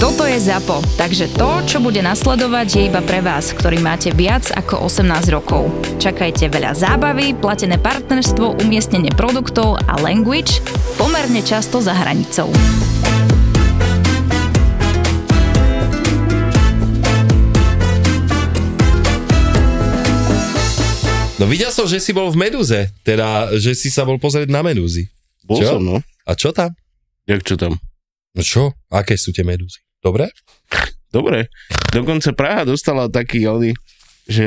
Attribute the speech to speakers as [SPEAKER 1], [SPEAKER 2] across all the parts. [SPEAKER 1] Toto je ZAPO, takže to, čo bude nasledovať, je iba pre vás, ktorý máte viac ako 18 rokov. Čakajte veľa zábavy, platené partnerstvo, umiestnenie produktov a language pomerne často za hranicou.
[SPEAKER 2] No videl som, že si bol v Medúze, teda, že si sa bol pozrieť na Medúzy.
[SPEAKER 3] Bol
[SPEAKER 2] Čo?
[SPEAKER 3] som, no.
[SPEAKER 2] A čo tam?
[SPEAKER 3] Jak čo tam?
[SPEAKER 2] No čo? Aké sú tie Medúzy? Dobre?
[SPEAKER 3] Dobre. Dokonca Praha dostala taký oni, že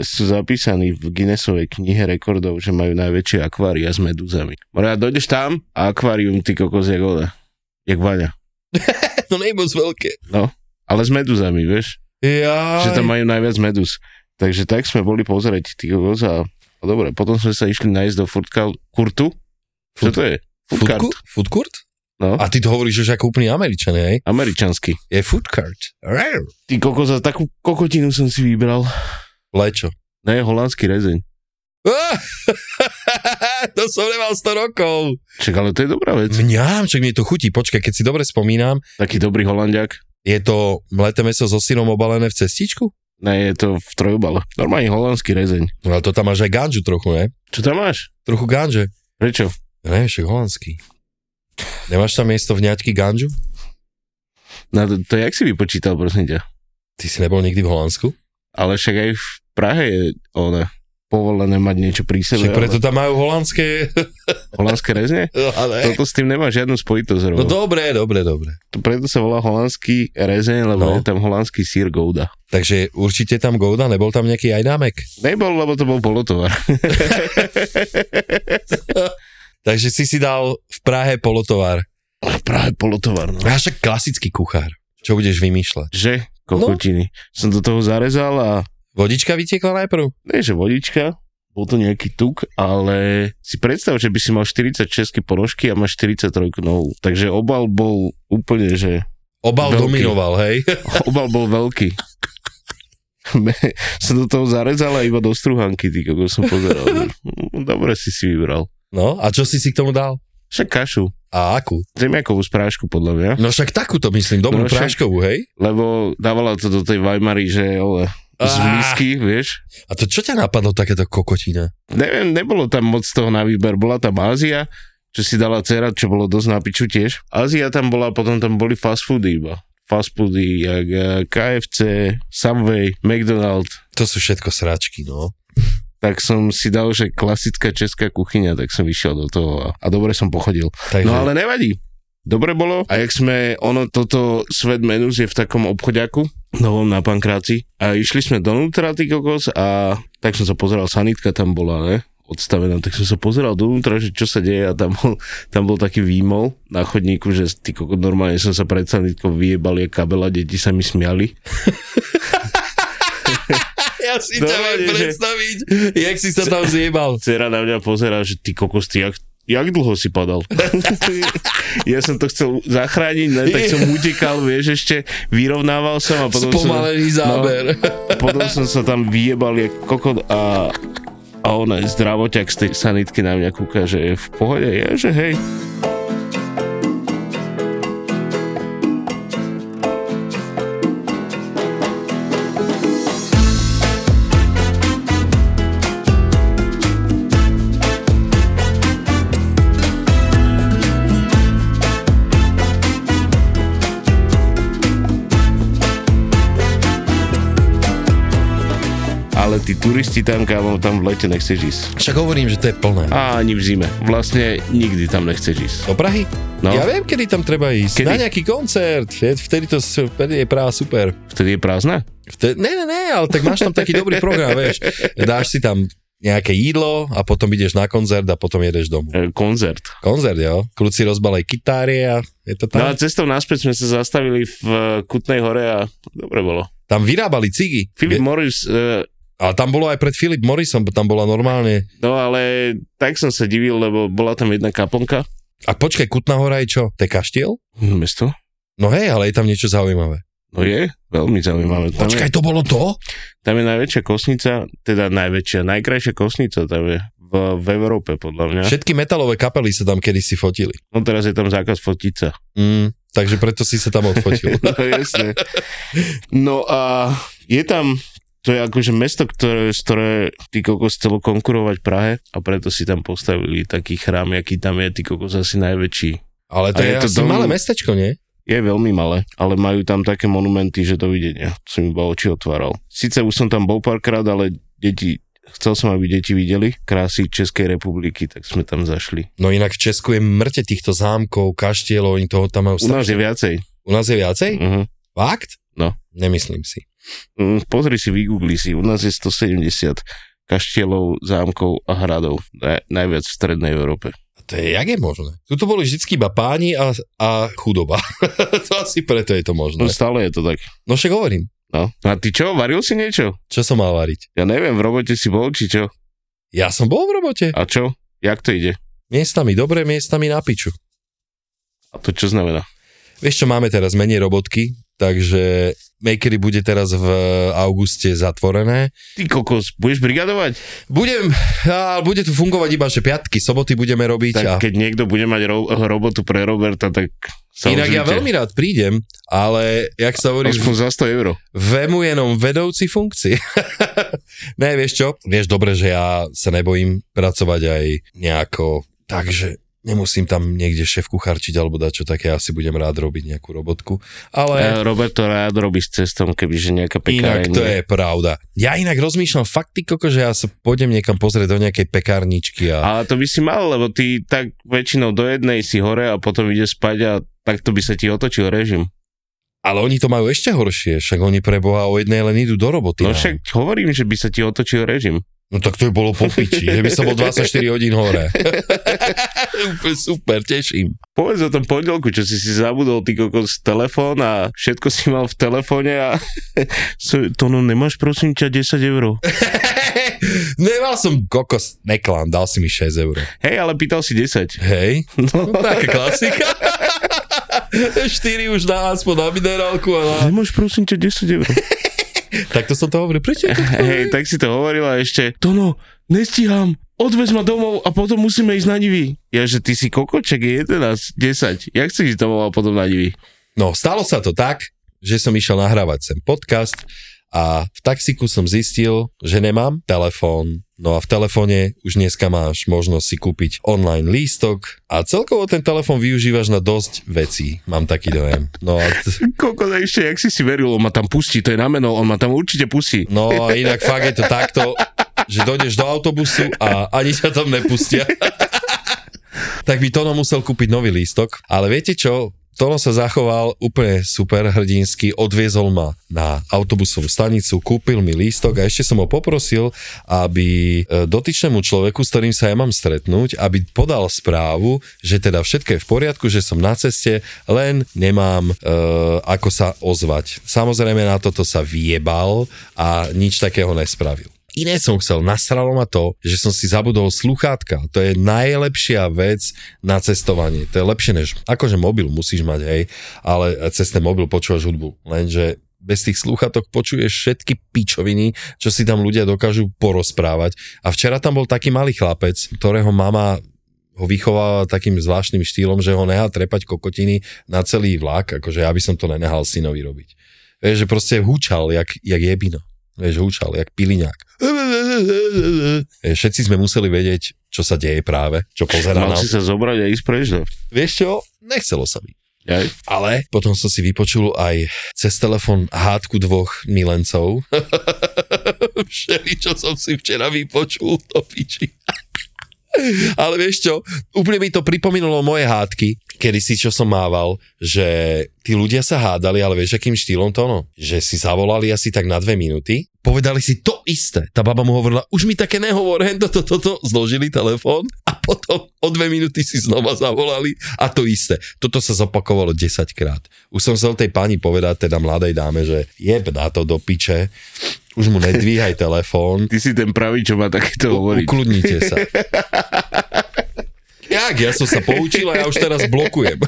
[SPEAKER 3] sú zapísaní v Guinnessovej knihe rekordov, že majú najväčšie akvária s medúzami. Moria, dojdeš tam a akvárium, ty kokos, jak ona. Jak vaňa.
[SPEAKER 2] No nejmo z veľké.
[SPEAKER 3] Ale s medúzami, vieš?
[SPEAKER 2] Ja.
[SPEAKER 3] Že tam majú najviac medúz. Takže tak sme boli pozrieť, ty kokos, a a dobre, potom sme sa išli nájsť do foodka, kurtu. Čo
[SPEAKER 2] Food-
[SPEAKER 3] to je? Food
[SPEAKER 2] Food,
[SPEAKER 3] cart.
[SPEAKER 2] court? food court?
[SPEAKER 3] No.
[SPEAKER 2] A ty to hovoríš už ako úplný Američan, hej?
[SPEAKER 3] Američanský.
[SPEAKER 2] Je food court. Rare.
[SPEAKER 3] Ty kokos, a takú kokotinu som si vybral.
[SPEAKER 2] Lečo.
[SPEAKER 3] Ne, holandský rezeň.
[SPEAKER 2] Ah! to som nemal 100 rokov.
[SPEAKER 3] Čak, ale to je dobrá vec.
[SPEAKER 2] Mňam, čak mi to chutí. Počkaj, keď si dobre spomínam,
[SPEAKER 3] Taký dobrý holandiak.
[SPEAKER 2] je to mleté meso so syrom obalené v cestičku?
[SPEAKER 3] Ne, je to v trojobale. Normálny holandský rezeň.
[SPEAKER 2] No ale to tam máš aj ganžu trochu, ne?
[SPEAKER 3] Čo tam máš?
[SPEAKER 2] Trochu ganže.
[SPEAKER 3] Prečo?
[SPEAKER 2] Ja neviem, však holandský. Nemáš tam miesto v nejaký ganžu?
[SPEAKER 3] Na to, to jak si vypočítal, prosím ťa?
[SPEAKER 2] Ty si nebol nikdy v Holandsku?
[SPEAKER 3] Ale však aj v Prahe je ona povolené mať niečo pri sebe.
[SPEAKER 2] Však preto tam majú holandské...
[SPEAKER 3] ale holandské rezne?
[SPEAKER 2] Ale...
[SPEAKER 3] Toto s tým nemá žiadnu spojitosť.
[SPEAKER 2] No
[SPEAKER 3] No to...
[SPEAKER 2] dobre, dobre, dobre.
[SPEAKER 3] Preto sa volá holandský rezeň, lebo
[SPEAKER 2] No.
[SPEAKER 3] no. je tam holandský sír Gouda.
[SPEAKER 2] Takže určite tam Gouda, nebol tam nejaký aj námek.
[SPEAKER 3] Nebol, lebo to bol polotovar.
[SPEAKER 2] Takže si si dal v Prahe polotovar.
[SPEAKER 3] Práve polotovar, no.
[SPEAKER 2] A však klasický kuchár. Čo budeš vymýšľať?
[SPEAKER 3] Že? Kokotiny. No. Som do toho zarezal a
[SPEAKER 2] Vodička vytiekla najprv?
[SPEAKER 3] nie že vodička, bol to nejaký tuk, ale si predstav, že by si mal 46 ponožky a máš 43 novú. Takže obal bol úplne, že
[SPEAKER 2] Obal
[SPEAKER 3] Veľký.
[SPEAKER 2] dominoval, hej?
[SPEAKER 3] obal bol veľký. som do toho zarezal a iba do struhanky, ty, ako som pozeral. no, Dobre si si vybral.
[SPEAKER 2] No, a čo si si k tomu dal?
[SPEAKER 3] Však kašu.
[SPEAKER 2] A akú?
[SPEAKER 3] Zemiakovú sprášku, podľa mňa.
[SPEAKER 2] No však takú to myslím, dobrú no,
[SPEAKER 3] No však-
[SPEAKER 2] práškovú, hej?
[SPEAKER 3] Lebo dávala to do tej Weimary, že ole, z
[SPEAKER 2] Á.
[SPEAKER 3] misky, vieš.
[SPEAKER 2] A to čo ťa napadlo takéto kokotina?
[SPEAKER 3] Neviem, nebolo tam moc toho na výber. Bola tam Ázia, čo si dala dcera, čo bolo dosť na piču tiež. Ázia tam bola, potom tam boli fast foody iba. Fast foody, jak eh, KFC, Subway, McDonald's.
[SPEAKER 2] To sú všetko sračky, no.
[SPEAKER 3] Tak som si dal, že klasická česká kuchyňa, tak som išiel do toho a, a dobre som pochodil.
[SPEAKER 2] Takže,
[SPEAKER 3] No ale nevadí. Dobre bolo. A jak sme, ono toto svet menus je v takom obchodiaku, novom na Pankráci. A išli sme donútra, ty kokos, a tak som sa pozeral, sanitka tam bola, ne? odstavená, tak som sa pozeral dovnútra, že čo sa deje a tam bol, tam bol taký výmol na chodníku, že ty kokos, normálne som sa pred sanitkou vyjebal, je kabela, deti sa mi smiali.
[SPEAKER 2] Ja si
[SPEAKER 3] ťa viem
[SPEAKER 2] predstaviť, jak si sa tam zjebal.
[SPEAKER 3] Cera na mňa pozerá, že ty kokos, ty jak, jak dlho si padal? ja som to chcel zachrániť, ne, tak som utekal, vieš, ešte vyrovnával som a potom
[SPEAKER 2] Spomalený
[SPEAKER 3] som,
[SPEAKER 2] záber.
[SPEAKER 3] No, potom som sa tam vyjebal jak kokot a a ona zdravoťak z tej sanitky na mňa kúka, že je v pohode, ja, že hej. Ale tí turisti tam, kámo, tam v lete nechceš ísť.
[SPEAKER 2] Však hovorím, že to je plné.
[SPEAKER 3] A ani v zime. Vlastne nikdy tam nechceš ísť.
[SPEAKER 2] Do Prahy?
[SPEAKER 3] No.
[SPEAKER 2] Ja viem, kedy tam treba ísť.
[SPEAKER 3] Kedy?
[SPEAKER 2] Na nejaký koncert. Je- Vtedy to s- vtedy je práva super.
[SPEAKER 3] Vtedy je prázdna?
[SPEAKER 2] Vtedy, ne, ne, ne, ale tak máš tam taký dobrý program, vieš. Dáš si tam nejaké jídlo a potom ideš na koncert a potom jedeš domov.
[SPEAKER 3] E, koncert.
[SPEAKER 2] Koncert, jo? Kľúci rozbalej kytárie a je to
[SPEAKER 3] No a
[SPEAKER 2] tam.
[SPEAKER 3] cestou naspäť sme sa zastavili v e, Kutnej hore a dobre bolo.
[SPEAKER 2] Tam vyrábali cigy.
[SPEAKER 3] Philip
[SPEAKER 2] Vie-
[SPEAKER 3] Morris, e,
[SPEAKER 2] A tam bolo aj pred Philip Morrisom, tam bola normálne.
[SPEAKER 3] no ale tak som sa divil, lebo bola tam jedna kaplnka.
[SPEAKER 2] A počkaj, Kutná hora je čo? To je kaštiel?
[SPEAKER 3] Hm, Mesto?
[SPEAKER 2] No hej, ale je tam niečo zaujímavé.
[SPEAKER 3] No je, veľmi zaujímavé. Tam je,
[SPEAKER 2] Počkaj, to bolo to?
[SPEAKER 3] tam je najväčšia kosnica, teda najväčšia, najkrajšia kosnica tam je v, v Európe podľa mňa.
[SPEAKER 2] Všetky metalové kapely sa tam kedysi fotili.
[SPEAKER 3] No teraz je tam zákaz fotiť sa.
[SPEAKER 2] Mm, takže preto si sa tam odfotil.
[SPEAKER 3] No jasne. No a je tam, to je akože mesto, ktoré, z ktoré ty kokos chcelo konkurovať Prahe a preto si tam postavili taký chrám, aký tam je, ty kokos asi najväčší.
[SPEAKER 2] Ale to
[SPEAKER 3] A
[SPEAKER 2] je,
[SPEAKER 3] je to
[SPEAKER 2] asi
[SPEAKER 3] dom-
[SPEAKER 2] malé mestečko, nie?
[SPEAKER 3] Je veľmi malé, ale majú tam také monumenty, že dovidenia. Som iba oči otváral. Sice už som tam bol párkrát, ale deti, chcel som, aby deti videli krásy Českej republiky, tak sme tam zašli.
[SPEAKER 2] No inak v Česku je mŕte týchto zámkov, kaštielov, oni toho tam majú
[SPEAKER 3] U nás je viacej.
[SPEAKER 2] u nás je viacej?
[SPEAKER 3] Uh-huh.
[SPEAKER 2] Fakt?
[SPEAKER 3] No.
[SPEAKER 2] Nemyslím si.
[SPEAKER 3] Mm, Pozri si, vygoogli si, u nás je 170 kaštielov, zámkov a hradov. Naj, najviac v Strednej Európe.
[SPEAKER 2] A To je, jak je možné? Tuto boli vždycky iba páni a, a chudoba. to asi preto je to
[SPEAKER 3] No
[SPEAKER 2] možné.
[SPEAKER 3] stále je to tak.
[SPEAKER 2] No však hovorím,
[SPEAKER 3] No. A ty čo, varil si niečo?
[SPEAKER 2] čo som mal variť?
[SPEAKER 3] Ja neviem, v robote si bol, či čo?
[SPEAKER 2] Ja som bol v robote.
[SPEAKER 3] A čo? Jak to ide?
[SPEAKER 2] Miestami dobre, miestami na piču.
[SPEAKER 3] A to čo znamená?
[SPEAKER 2] Vieš čo, máme teraz menej robotky, takže Makery bude teraz v auguste zatvorené.
[SPEAKER 3] Ty kokos, budeš brigadovať?
[SPEAKER 2] Budem, a bude tu fungovať iba, že piatky, soboty budeme robiť.
[SPEAKER 3] Tak
[SPEAKER 2] a
[SPEAKER 3] keď niekto bude mať ro- robotu pre Roberta, tak sa
[SPEAKER 2] inak ja
[SPEAKER 3] ozvite.
[SPEAKER 2] veľmi rád prídem, ale jak sa hovorí,
[SPEAKER 3] Aspoň za 100 euro.
[SPEAKER 2] vemu jenom vedouci funkcii. ne, vieš čo? Vieš dobre, že ja sa nebojím pracovať aj nejako, takže nemusím tam niekde šéf kucharčiť alebo dať čo také, ja si budem rád robiť nejakú robotku. Ale...
[SPEAKER 3] E, Robert to rád robí s cestom, kebyže
[SPEAKER 2] Inak
[SPEAKER 3] nejaká pekárenie.
[SPEAKER 2] to je pravda. Ja inak rozmýšľam fakt, ty koko, že ja sa pôjdem niekam pozrieť do nejakej pekárničky a... a...
[SPEAKER 3] Ale to by si mal, lebo ty tak väčšinou do jednej si hore a potom ide spať a takto by sa ti otočil režim.
[SPEAKER 2] Ale oni to majú ešte horšie, však oni pre Boha o jednej len idú do roboty.
[SPEAKER 3] No
[SPEAKER 2] nám.
[SPEAKER 3] však hovorím, že by sa ti otočil režim.
[SPEAKER 2] No tak to by bolo po piči, že by som bol 24 hodín hore. Úplne super, teším.
[SPEAKER 3] Povedz o tom pondelku, čo si si zabudol ty kokos telefón a všetko si mal v telefóne a So- to no nemáš prosím ťa 10 eur.
[SPEAKER 2] Nemal som kokos, neklám, dal si mi 6 eur.
[SPEAKER 3] Hej, ale pýtal si 10.
[SPEAKER 2] Hej,
[SPEAKER 3] No.
[SPEAKER 2] taká klasika. 4 už na aspoň na minerálku a na...
[SPEAKER 3] Nemáš prosím ťa 10 eur.
[SPEAKER 2] Tak to som to hovoril, prečo? je to tak?
[SPEAKER 3] Hej, tak si to hovorila ešte. To no, nestíham. Odvez ma domov a potom musíme ísť na divy. Ja, že ty si kokoček, je 11, 10. Jak chceš ísť domov a potom na divy?
[SPEAKER 2] No, stalo sa to tak, že som išiel nahrávať sem podcast a v taxiku som zistil, že nemám telefón. No a v telefóne už dneska máš možnosť si kúpiť online lístok a celkovo ten telefón využívaš na dosť vecí, mám taký dojem. No a, t-
[SPEAKER 3] Koľko ešte, jak si si veril, on ma tam pustí, to je na meno, on ma tam určite pustí.
[SPEAKER 2] no a inak fakt je to takto, že dojdeš do autobusu a ani ťa tam nepustia. tak by Tono musel kúpiť nový lístok. Ale viete čo? Tono sa zachoval úplne super hrdinsky, odviezol ma na autobusovú stanicu, kúpil mi lístok a ešte som ho poprosil, aby e, dotyčnému človeku, s ktorým sa ja mám stretnúť, aby podal správu, že teda všetko je v poriadku, že som na ceste, len nemám e, ako sa ozvať. Samozrejme na toto sa vyjebal a nič takého nespravil. Iné som chcel, nasralo ma to, že som si zabudol sluchátka. To je najlepšia vec na cestovanie. To je lepšie než, akože mobil musíš mať, hej, ale cez ten mobil počúvaš hudbu. Lenže bez tých sluchatok počuješ všetky pičoviny, čo si tam ľudia dokážu porozprávať. A včera tam bol taký malý chlapec, ktorého mama ho vychováva takým zvláštnym štýlom, že ho nehá trepať kokotiny na celý vlak, akože ja by som to nenehal synovi robiť. Vieš, že proste hučal, jak, jak jebino. Vieš, hučal, jak piliňák. Všetci sme museli vedieť, čo sa deje práve, čo pozerá
[SPEAKER 3] Mal
[SPEAKER 2] nám.
[SPEAKER 3] si sa zobrať a ísť preč, no.
[SPEAKER 2] Vieš čo? Nechcelo sa mi.
[SPEAKER 3] Jaj.
[SPEAKER 2] Ale potom som si vypočul aj cez telefon hádku dvoch milencov. Všeli, čo som si včera vypočul, to piči. Ale vieš čo, úplne mi to pripomenulo moje hádky, kedy si čo som mával, že tí ľudia sa hádali, ale vieš akým štýlom to ono? Že si zavolali asi tak na dve minúty, Povedali si to isté. Tá baba mu hovorila, už mi také nehovor, hen toto, toto, zložili telefón a potom o dve minúty si znova zavolali a to isté. Toto sa zopakovalo 10 krát. Už som chcel tej pani povedať, teda mladej dáme, že jeb na to do piče, už mu nedvíhaj telefón,
[SPEAKER 3] Ty si ten pravý, čo má takéto hovoriť.
[SPEAKER 2] ukludnite sa. Jak, ja som sa poučil a ja už teraz blokujem.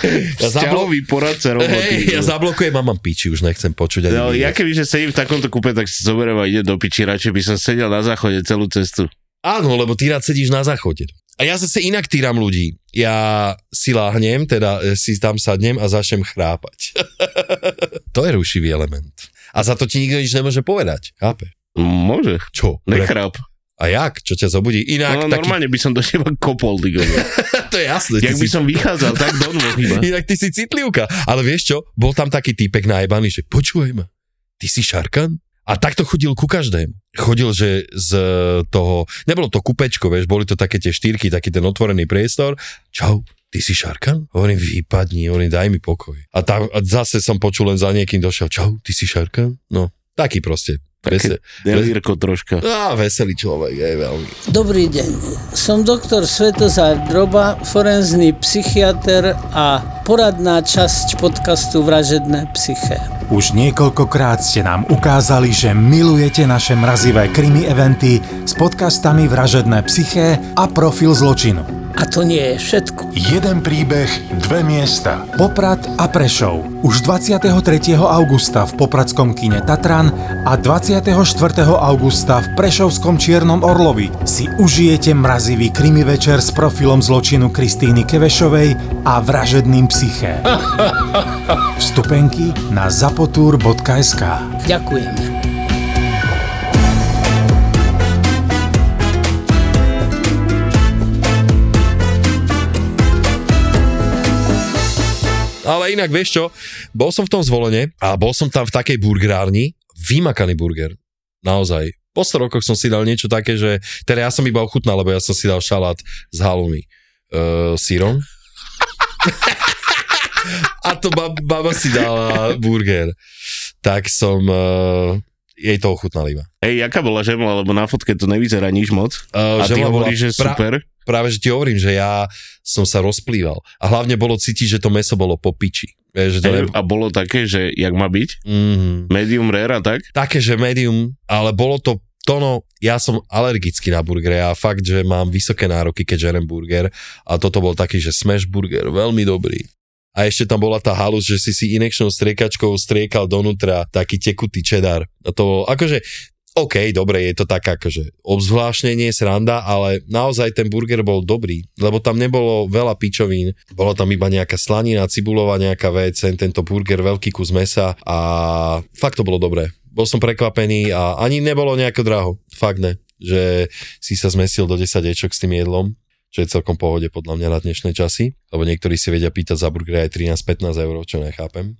[SPEAKER 2] Ja, zablo-
[SPEAKER 3] Vzťahový poradca roboty.
[SPEAKER 2] hej, ja zablokujem a mám piči, už nechcem počuť. ani
[SPEAKER 3] No,
[SPEAKER 2] vidieť.
[SPEAKER 3] ja keby, že sedím v takomto kúpe, tak si zoberiem a idem do piči, radšej by som sedel na záchode celú cestu.
[SPEAKER 2] Áno, lebo ty rád sedíš na záchode. A ja zase inak týram ľudí. Ja si láhnem, teda e, si tam sadnem a začnem chrápať. to je rušivý element. A za to ti nikto nič nemôže povedať. Chápe?
[SPEAKER 3] Môže.
[SPEAKER 2] Čo?
[SPEAKER 3] Nechráp.
[SPEAKER 2] A jak? Čo ťa zobudí? Inak,
[SPEAKER 3] No,
[SPEAKER 2] no, taký,
[SPEAKER 3] normálne by som do teba kopol, ty kokos.
[SPEAKER 2] to je jasné. ty
[SPEAKER 3] Jak by
[SPEAKER 2] si-
[SPEAKER 3] som vychádzal, tak do nôh iba.
[SPEAKER 2] Inak ty si citlivka. Ale vieš čo? Bol tam taký týpek najebaný, že počúvaj ma, ty si šarkan? A takto chodil ku každému. Chodil, že z e, toho, nebolo to kupečko, vieš, boli to také tie štyrky, taký ten otvorený priestor. Čau, ty si šarkan? Hovorím, vypadni, hovorím, daj mi pokoj. A, tam, a zase som počul len za niekým došiel, čau, ty si šarkan? No, taký proste. Také...
[SPEAKER 3] Delírko troška.
[SPEAKER 2] Á, veselý človek, je veľmi.
[SPEAKER 4] Dobrý deň, som doktor Svetozár Droba, forenzný psychiatr a poradná časť podcastu Vražedné psyché.
[SPEAKER 5] Už niekoľkokrát ste nám ukázali, že milujete naše mrazivé krimi eventy s podcastami Vražedné psyché a Profil zločinu.
[SPEAKER 4] A to nie je všetko.
[SPEAKER 5] Jeden príbeh, dve miesta. Poprad a Prešov. Už 23. augusta v Popradskom kine Tatran a 24. augusta v Prešovskom Čiernom Orlovi si užijete mrazivý krimi večer s profilom zločinu Kristýny Kevešovej a vražedným psyché. Vstupenky na zapotur.sk
[SPEAKER 4] Ďakujeme.
[SPEAKER 2] Ale inak vieš čo, bol som v tom zvolene a bol som tam v takej burgerárni, vymakaný burger, naozaj. Po 100 rokoch som si dal niečo také, že teda ja som iba ochutnal, lebo ja som si dal šalát s halumi uh, sírom. a to bab, baba si dala burger. Tak som uh, jej to ochutnal iba.
[SPEAKER 3] Hej, jaká bola žemla, lebo na fotke to nevyzerá nič moc.
[SPEAKER 2] Uh,
[SPEAKER 3] A ty hovoríš, že super.
[SPEAKER 2] práve že ti hovorím, že ja som sa rozplýval. A hlavne bolo cítiť, že to meso bolo po piči. Vieš, že to
[SPEAKER 3] Hej,
[SPEAKER 2] ne...
[SPEAKER 3] A bolo také, že jak má byť?
[SPEAKER 2] mm
[SPEAKER 3] Medium rare a tak?
[SPEAKER 2] také, že medium, ale bolo to tono, ja som alergický na burgery a fakt, že mám vysoké nároky, keď žerem burger a toto bol taký, že smash burger, veľmi dobrý. A ešte tam bola tá halus, že si si inekčnou striekačkou striekal donútra taký tekutý čedar. A to bolo, akože, OK, dobre, je to tak akože obzvláštnenie, sranda, ale naozaj ten burger bol dobrý, lebo tam nebolo veľa pičovín, bolo tam iba nejaká slanina, cibulová nejaká vec, ten- tento burger, veľký kus mesa a fakt to bolo dobré. Bol som prekvapený a ani nebolo nejako draho, fakt ne, že si sa zmesil do 10 ečok s tým jedlom, čo je celkom pohode podľa mňa na dnešné časy, lebo niektorí si vedia pýtať za burger aj 13-15 eur, čo nechápem.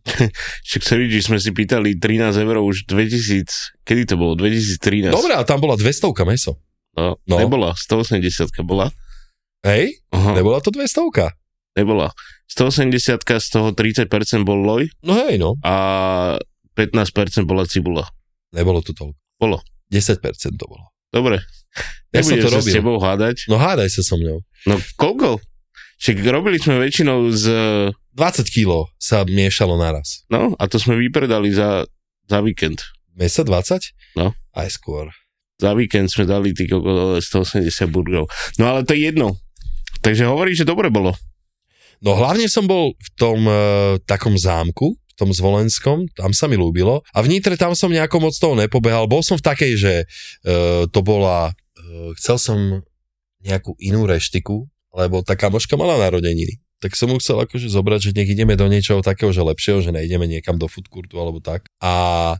[SPEAKER 3] Však sa vidí, že sme si pýtali 13 eur už 2000, kedy to bolo? 2013.
[SPEAKER 2] Dobre, a tam bola 200 meso.
[SPEAKER 3] No,
[SPEAKER 2] No.
[SPEAKER 3] no. Nebola, 180 bola.
[SPEAKER 2] Hej,
[SPEAKER 3] Aha,
[SPEAKER 2] nebola to 200
[SPEAKER 3] nebola. 180 z toho 30% bol loj
[SPEAKER 2] No hej, no.
[SPEAKER 3] a 15% bola cibula.
[SPEAKER 2] Nebolo to toľko.
[SPEAKER 3] Bolo.
[SPEAKER 2] 10% to bolo.
[SPEAKER 3] Dobre.
[SPEAKER 2] Ja som
[SPEAKER 3] Nebudem
[SPEAKER 2] to
[SPEAKER 3] sa s
[SPEAKER 2] robil.
[SPEAKER 3] tebou hádať.
[SPEAKER 2] No hádaj sa so mnou.
[SPEAKER 3] No koľko? Však robili sme väčšinou z...
[SPEAKER 2] 20 kg sa miešalo naraz.
[SPEAKER 3] No a to sme vypredali za, za víkend.
[SPEAKER 2] Mesa 20?
[SPEAKER 3] No.
[SPEAKER 2] Aj skôr.
[SPEAKER 3] Za víkend sme dali ty kokos, ale 180 burgerov. No ale to je jedno. Takže hovorí, že dobre bolo.
[SPEAKER 2] No hlavne som bol v tom e, takom zámku, v tom zvolenskom, tam sa mi ľúbilo. A vnitre tam som nejako moc toho nepobehal. Bol som v takej, že e, to bola... E, chcel som nejakú inú reštiku, lebo tá kamoška mala narodeniny. Tak som mu chcel akože zobrať, že nech ideme do niečoho takého, že lepšieho, že nejdeme niekam do food courtu alebo tak. A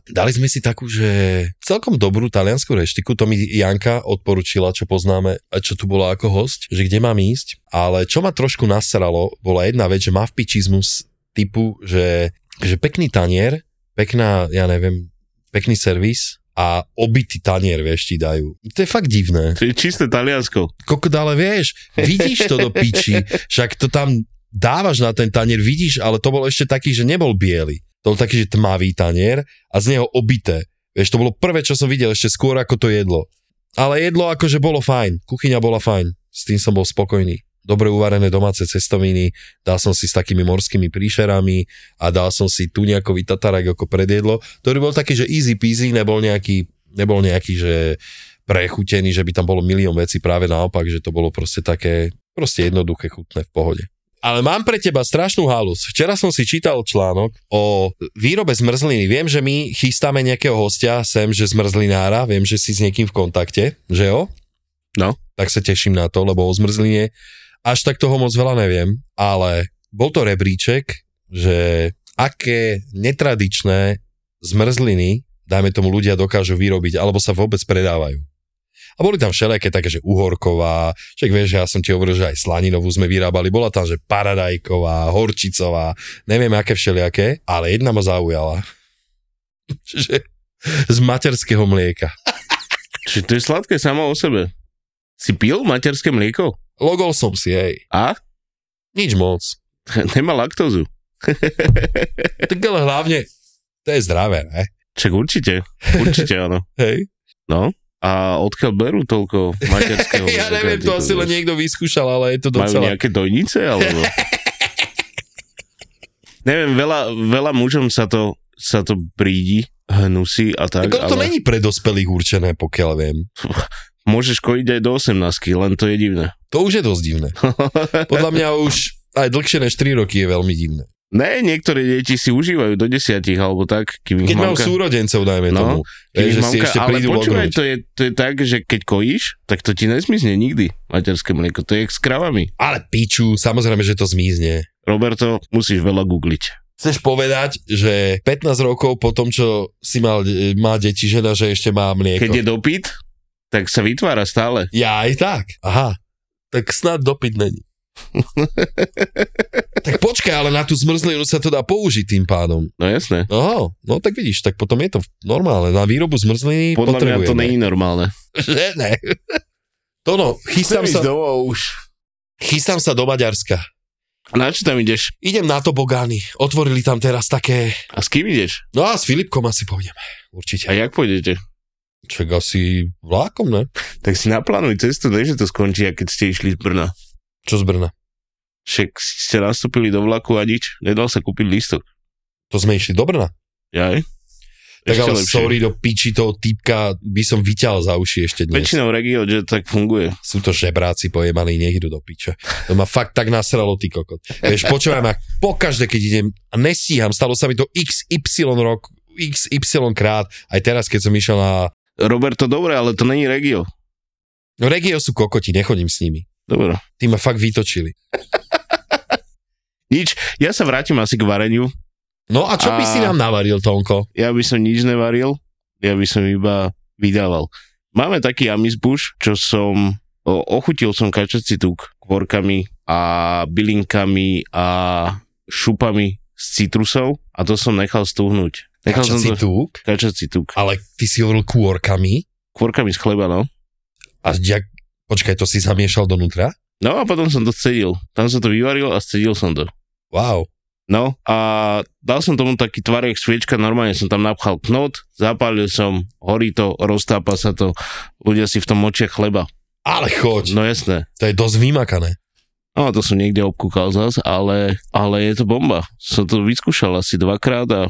[SPEAKER 2] dali sme si takú, že celkom dobrú taliansku reštiku, to mi Janka odporučila, čo poznáme, a čo tu bola ako host, že kde mám ísť. Ale čo ma trošku nasralo, bola jedna vec, že má v pičizmus typu, že, že pekný tanier, pekná, ja neviem, pekný servis a obitý tanier, vieš, ti dajú. To je fakt divné.
[SPEAKER 3] To je čisté Taliansko.
[SPEAKER 2] Kokot, ale vieš, vidíš to do piči, však to tam dávaš na ten tanier, vidíš, ale to bol ešte taký, že nebol biely. To bol taký, že tmavý tanier a z neho obité. Vieš, to bolo prvé, čo som videl ešte skôr ako to jedlo. Ale jedlo akože bolo fajn, kuchyňa bola fajn, s tým som bol spokojný. Dobre uvarené domáce cestoviny, dal som si s takými morskými príšerami a dal som si tu nejakový tatarák ako predjedlo, ktorý bol taký, že easy peasy, nebol nejaký, nebol nejaký, že prechutený, že by tam bolo milión vecí, práve naopak, že to bolo proste také, proste jednoduché, chutné, v pohode. Ale mám pre teba strašnú halus. Včera som si čítal článok o výrobe zmrzliny. Viem, že my chystáme nejakého hostia sem, že zmrzlinára, viem, že si s niekým v kontakte, že jo?
[SPEAKER 3] No.
[SPEAKER 2] Tak sa teším na to, lebo o zmrzline až tak toho moc veľa neviem, ale bol to rebríček, že aké netradičné zmrzliny, dajme tomu ľudia, dokážu vyrobiť, alebo sa vôbec predávajú. A boli tam všelijaké také, že uhorková, však vieš, že ja som ti hovoril, že aj slaninovú sme vyrábali, bola tam, že paradajková, horčicová, neviem aké všelijaké, ale jedna ma zaujala. že z materského mlieka.
[SPEAKER 3] Čiže to je sladké samo o sebe. Si pil materské mlieko?
[SPEAKER 2] Logol som si, hej,
[SPEAKER 3] A?
[SPEAKER 2] nič moc.
[SPEAKER 3] Nemá laktózu.
[SPEAKER 2] Tak ale hlavne, to je zdravé, ne?
[SPEAKER 3] Čak určite. Určite áno.
[SPEAKER 2] Hej.
[SPEAKER 3] No. A odkiaľ berú toľko materského
[SPEAKER 2] ja
[SPEAKER 3] mlieka,
[SPEAKER 2] neviem,
[SPEAKER 3] ty
[SPEAKER 2] to asi len
[SPEAKER 3] kokos?
[SPEAKER 2] niekto vyskúšal, ale je to
[SPEAKER 3] Majú
[SPEAKER 2] docela...
[SPEAKER 3] nejaké dojnice, alebo... Neviem, veľa, veľa mužom sa to, sa to prídi, hnusí a tak,
[SPEAKER 2] Tak ono to
[SPEAKER 3] ale
[SPEAKER 2] není pre dospelých určené, pokiaľ viem.
[SPEAKER 3] môžeš kojiť aj do 18 len to je divné.
[SPEAKER 2] To už je dosť divné. Podľa mňa už aj dlhšie než 3 roky je veľmi divné.
[SPEAKER 3] Ne, niektoré deti si užívajú do 10 alebo tak, kým ich
[SPEAKER 2] Keď majú
[SPEAKER 3] mamka...
[SPEAKER 2] súrodencov, dajme
[SPEAKER 3] No,
[SPEAKER 2] tomu,
[SPEAKER 3] Keď
[SPEAKER 2] vieš,
[SPEAKER 3] ich
[SPEAKER 2] že si
[SPEAKER 3] mamka-
[SPEAKER 2] ešte
[SPEAKER 3] ale
[SPEAKER 2] prídu
[SPEAKER 3] počúvaj,
[SPEAKER 2] lognúť.
[SPEAKER 3] to je, to je tak, že keď kojíš, tak to ti nesmizne nikdy, materské mlieko, to je jak s kravami.
[SPEAKER 2] Ale piču, samozrejme, že to zmizne.
[SPEAKER 3] Roberto, musíš veľa googliť.
[SPEAKER 2] Chceš povedať, že 15 rokov po tom, čo si mal, e, má deti žena, že ešte má mlieko.
[SPEAKER 3] Keď je dopyt, tak sa vytvára stále.
[SPEAKER 2] Ja aj tak. Aha. Tak snad dopyt není. tak počkaj, ale na tú zmrzlinu sa to dá použiť tým pádom.
[SPEAKER 3] No jasné.
[SPEAKER 2] No, no tak vidíš, tak potom je to normálne. Na výrobu zmrzliny
[SPEAKER 3] Podľa mňa
[SPEAKER 2] potrebujeme.
[SPEAKER 3] to není normálne.
[SPEAKER 2] Že ne. To no, chystám sa,
[SPEAKER 3] domov už.
[SPEAKER 2] chystám sa do Maďarska.
[SPEAKER 3] Na čo tam ideš?
[SPEAKER 2] Idem na tobogány. Otvorili tam teraz také...
[SPEAKER 3] A s kým ideš?
[SPEAKER 2] No a s Filipkom asi pôjdeme.
[SPEAKER 3] A
[SPEAKER 2] Určite.
[SPEAKER 3] jak pôjdete?
[SPEAKER 2] Čak asi vlákom, ne?
[SPEAKER 3] Tak si naplánuj cestu, ne, že to skončí, a keď ste išli z Brna.
[SPEAKER 2] Čo z Brna?
[SPEAKER 3] Však ste nastúpili do vlaku a nič, nedal sa kúpiť lístok.
[SPEAKER 2] To sme išli do Brna.
[SPEAKER 3] Jaj?
[SPEAKER 2] Tak
[SPEAKER 3] Ešte
[SPEAKER 2] ale
[SPEAKER 3] lepšie.
[SPEAKER 2] sorry, do piči toho typka by som vyťal za uši ešte dnes.
[SPEAKER 3] Väčšinou regio, že tak funguje.
[SPEAKER 2] sú to žebráci pojemaní, nech idú do piče. To ma fakt tak nasralo, ty kokot. Vieš, počúvaj ma, pokaždé, keď idem a nestíham, stalo sa mi to XY rok, XY krát, aj teraz, keď som išiel na...
[SPEAKER 3] Roberto, dobre, ale to není regio.
[SPEAKER 2] No regio sú kokoti, nechodím s nimi.
[SPEAKER 3] Dobre.
[SPEAKER 2] Tí ma fakt vytočili.
[SPEAKER 3] Nič, ja sa vrátim asi k vareniu.
[SPEAKER 2] No a čo by
[SPEAKER 3] A-
[SPEAKER 2] si nám navaril, Tonko?
[SPEAKER 3] Ja by som nič nevaril, ja by som iba vydával. Máme taký amizbuš, čo som... O, ochutil som kačací tuk kvorkami a bylinkami a šupami z citrusov a to som nechal stúhnuť. Nechal som
[SPEAKER 2] Kačací
[SPEAKER 3] to...
[SPEAKER 2] tuk,
[SPEAKER 3] Kačací tuk.
[SPEAKER 2] ale ty si hovoril kôrkami
[SPEAKER 3] Kvorkami z chleba, no.
[SPEAKER 2] a ďak... Počkaj, to si zamiešal donútra?
[SPEAKER 3] No a potom som to cedil. Tam som to vyvaril a cedil som to.
[SPEAKER 2] Wow.
[SPEAKER 3] No a dal som tomu taký tvar jak sviečka, normálne som tam napchal knot, zapálil som, horí to, roztápa sa to, ľudia si v tom močia chleba.
[SPEAKER 2] Ale choď,
[SPEAKER 3] No jasné.
[SPEAKER 2] to je dosť vymakané.
[SPEAKER 3] No to som niekde obkúkal zas, ale, ale je to bomba. Som to vyskúšal asi dvakrát a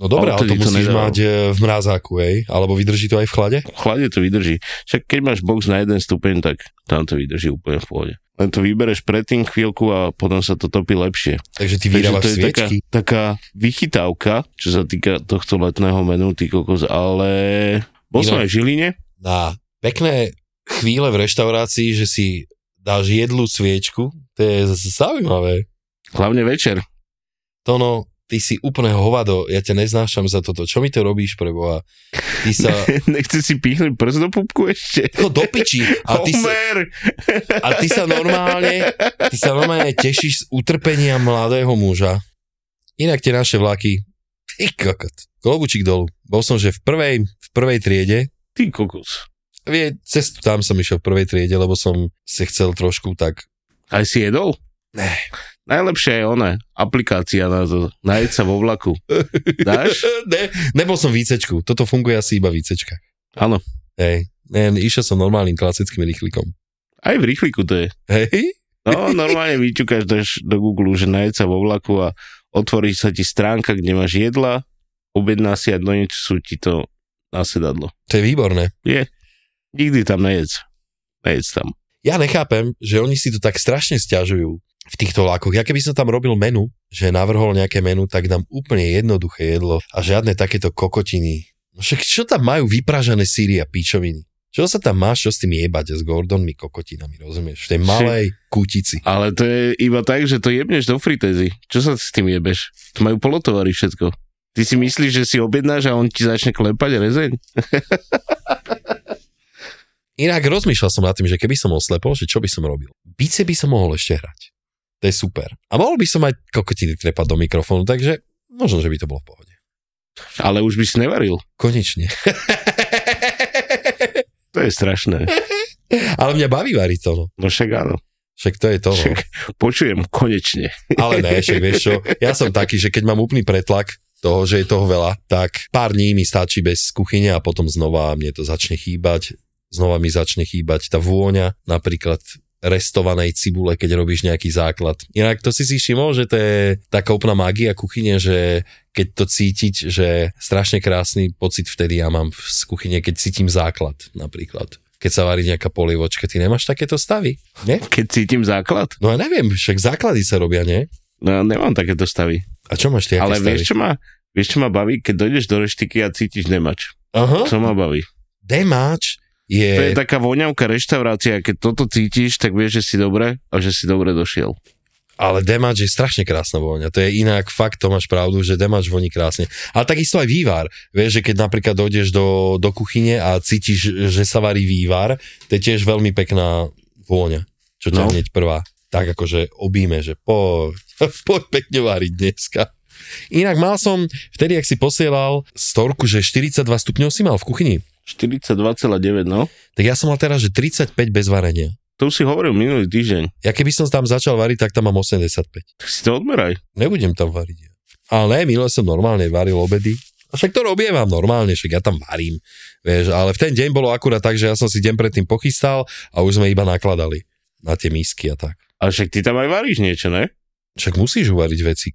[SPEAKER 2] No dobré, ale,
[SPEAKER 3] Ale
[SPEAKER 2] to
[SPEAKER 3] vtedy to
[SPEAKER 2] musíš
[SPEAKER 3] nedával.
[SPEAKER 2] mať e, v mrazáku, hej? Alebo vydrží to aj v chlade?
[SPEAKER 3] v chlade to vydrží. Však keď máš box na jeden stupeň, tak tam to vydrží úplne v pohode. Len to vybereš predtým chvíľku a potom sa to topí lepšie.
[SPEAKER 2] Takže ty
[SPEAKER 3] Takže
[SPEAKER 2] vyrábaš
[SPEAKER 3] to je taká,
[SPEAKER 2] sviečky.
[SPEAKER 3] taká vychytávka, čo sa týka tohto letného menu, ty kokos, ale bol som
[SPEAKER 2] Inak-
[SPEAKER 3] aj v Žiline,
[SPEAKER 2] na pekné chvíle v reštaurácii, že si dáš jedlú sviečku, to je z- zaujímavé.
[SPEAKER 3] hlavne večer.
[SPEAKER 2] Tono, ty si úplne hovado, ja ťa neznášam za toto. Čo mi to robíš pre Boha? Ty sa...
[SPEAKER 3] Nechce si pichnúť prst do pupku ešte?
[SPEAKER 2] No do piči. A ty, sa,
[SPEAKER 3] Homer!
[SPEAKER 2] a ty sa normálne ty sa normálne tešíš z utrpenia mladého muža. Inak tie naše vlaky, ty kokot, klobučík dolu. Bol som, že v prvej, v prvej triede,
[SPEAKER 3] Ty kokos.
[SPEAKER 2] vie, cestu tam som išiel v prvej triede, lebo som si chcel trošku tak
[SPEAKER 3] Aj si jedol?
[SPEAKER 2] Ne.
[SPEAKER 3] Najlepšia je ona, aplikácia na to, najeť sa vo vlaku. Dáš?
[SPEAKER 2] ne, nebol som výcečku. Toto funguje asi iba výcečka.
[SPEAKER 3] Áno.
[SPEAKER 2] Hej. Ne, išiel som normálnym klasickým rýchlikom.
[SPEAKER 3] Aj v rýchliku to je.
[SPEAKER 2] Hej?
[SPEAKER 3] No, normálne vyťukáš do, do Google, že najeď sa vo vlaku a otvorí sa ti stránka, kde máš jedla, objedná si a do niečo sú ti to na sedadlo.
[SPEAKER 2] To je výborné.
[SPEAKER 3] Nikdy tam nejedz. Nejedz tam.
[SPEAKER 2] Ja nechápem, že oni si to tak strašne stiažujú v týchto lákoch. Ja keby som tam robil menu, že navrhol nejaké menu, tak dám úplne jednoduché jedlo a žiadne takéto kokotiny. No však čo tam majú vypražané síry a píčoviny? Čo sa tam máš, čo s tým jebať s Gordonmi kokotinami, rozumieš? V tej malej kútici.
[SPEAKER 3] Ale to je iba tak, že to jebneš do fritezy. Čo sa s tým jebeš? To majú polotovary všetko. Ty si myslíš, že si objednáš a on ti začne klepať rezeň?
[SPEAKER 2] Inak rozmýšľal som nad tým, že keby som oslepol, že čo by som robil. Bice by som mohol ešte hrať. To je super. A mohol by som aj kokotiny trepať do mikrofónu, takže možno, že by to bolo v pohode.
[SPEAKER 3] Ale už by si nevaril.
[SPEAKER 2] Konečne.
[SPEAKER 3] To je strašné.
[SPEAKER 2] Ale mňa baví variť to, no.
[SPEAKER 3] No však áno.
[SPEAKER 2] Však to je to, no.
[SPEAKER 3] Však počujem konečne.
[SPEAKER 2] Ale ne, však vieš čo, ja som taký, že keď mám úplný pretlak toho, že je toho veľa, tak pár dní mi stačí bez kuchyne a potom znova mne to začne chýbať. Znova mi začne chýbať tá vôňa, napríklad restovanej cibule, keď robíš nejaký základ. Inak to si si všimol, že to je taká úplná magia kuchyne, že keď to cítiť, že strašne krásny pocit vtedy ja mám z kuchyne, keď cítim základ napríklad. Keď sa varí nejaká polievočka, ty nemáš takéto stavy? Nie?
[SPEAKER 3] Keď cítim základ,
[SPEAKER 2] No ja neviem, však základy sa robia, nie?
[SPEAKER 3] no ja nemám takéto stavy.
[SPEAKER 2] A čo máš ty? aké
[SPEAKER 3] Ale
[SPEAKER 2] stavy?
[SPEAKER 3] vieš čo, ma, vieš, čo ma baví? Keď dojdeš do reštiky a cítiš nemač.
[SPEAKER 2] Aha,
[SPEAKER 3] Čo ma baví?
[SPEAKER 2] demáč No. je...
[SPEAKER 3] To je taká voňavka reštaurácia. Keď toto cítiš, tak vieš, že si dobre a že si dobre došiel.
[SPEAKER 2] Ale demáč je strašne krásna vôňa. To je inak, fakt to máš pravdu, že demáč voní krásne. Ale takisto aj vývar. Vieš, že keď napríklad dojdeš do, do kuchyne a cítiš, že sa varí vývar, to je tiež veľmi pekná vôňa, čo ťa
[SPEAKER 3] No.
[SPEAKER 2] hneď prvá. Tak akože obíme, že poď, poď pekne variť dneska. Inak mal som, vtedy, ak si posielal storku, že 42 stupňov si mal v kuchyni,
[SPEAKER 3] 42,9, no.
[SPEAKER 2] tak ja som mal teraz, že 35 bez varenia.
[SPEAKER 3] To už si hovoril minulý týždeň.
[SPEAKER 2] Ja keby som tam začal variť, tak tam mám 85.
[SPEAKER 3] Tak si to odmeraj.
[SPEAKER 2] Nebudem tam variť. ja. Ale ne, minule som normálne varil obedy. A však to robievam normálne, však ja tam varím. Vieš, ale v ten deň bolo akurát tak, že ja som si deň predtým pochystal a už sme iba nakladali na tie misky a tak.
[SPEAKER 3] A však ty tam aj varíš niečo, ne?
[SPEAKER 2] Však musíš uvariť veci.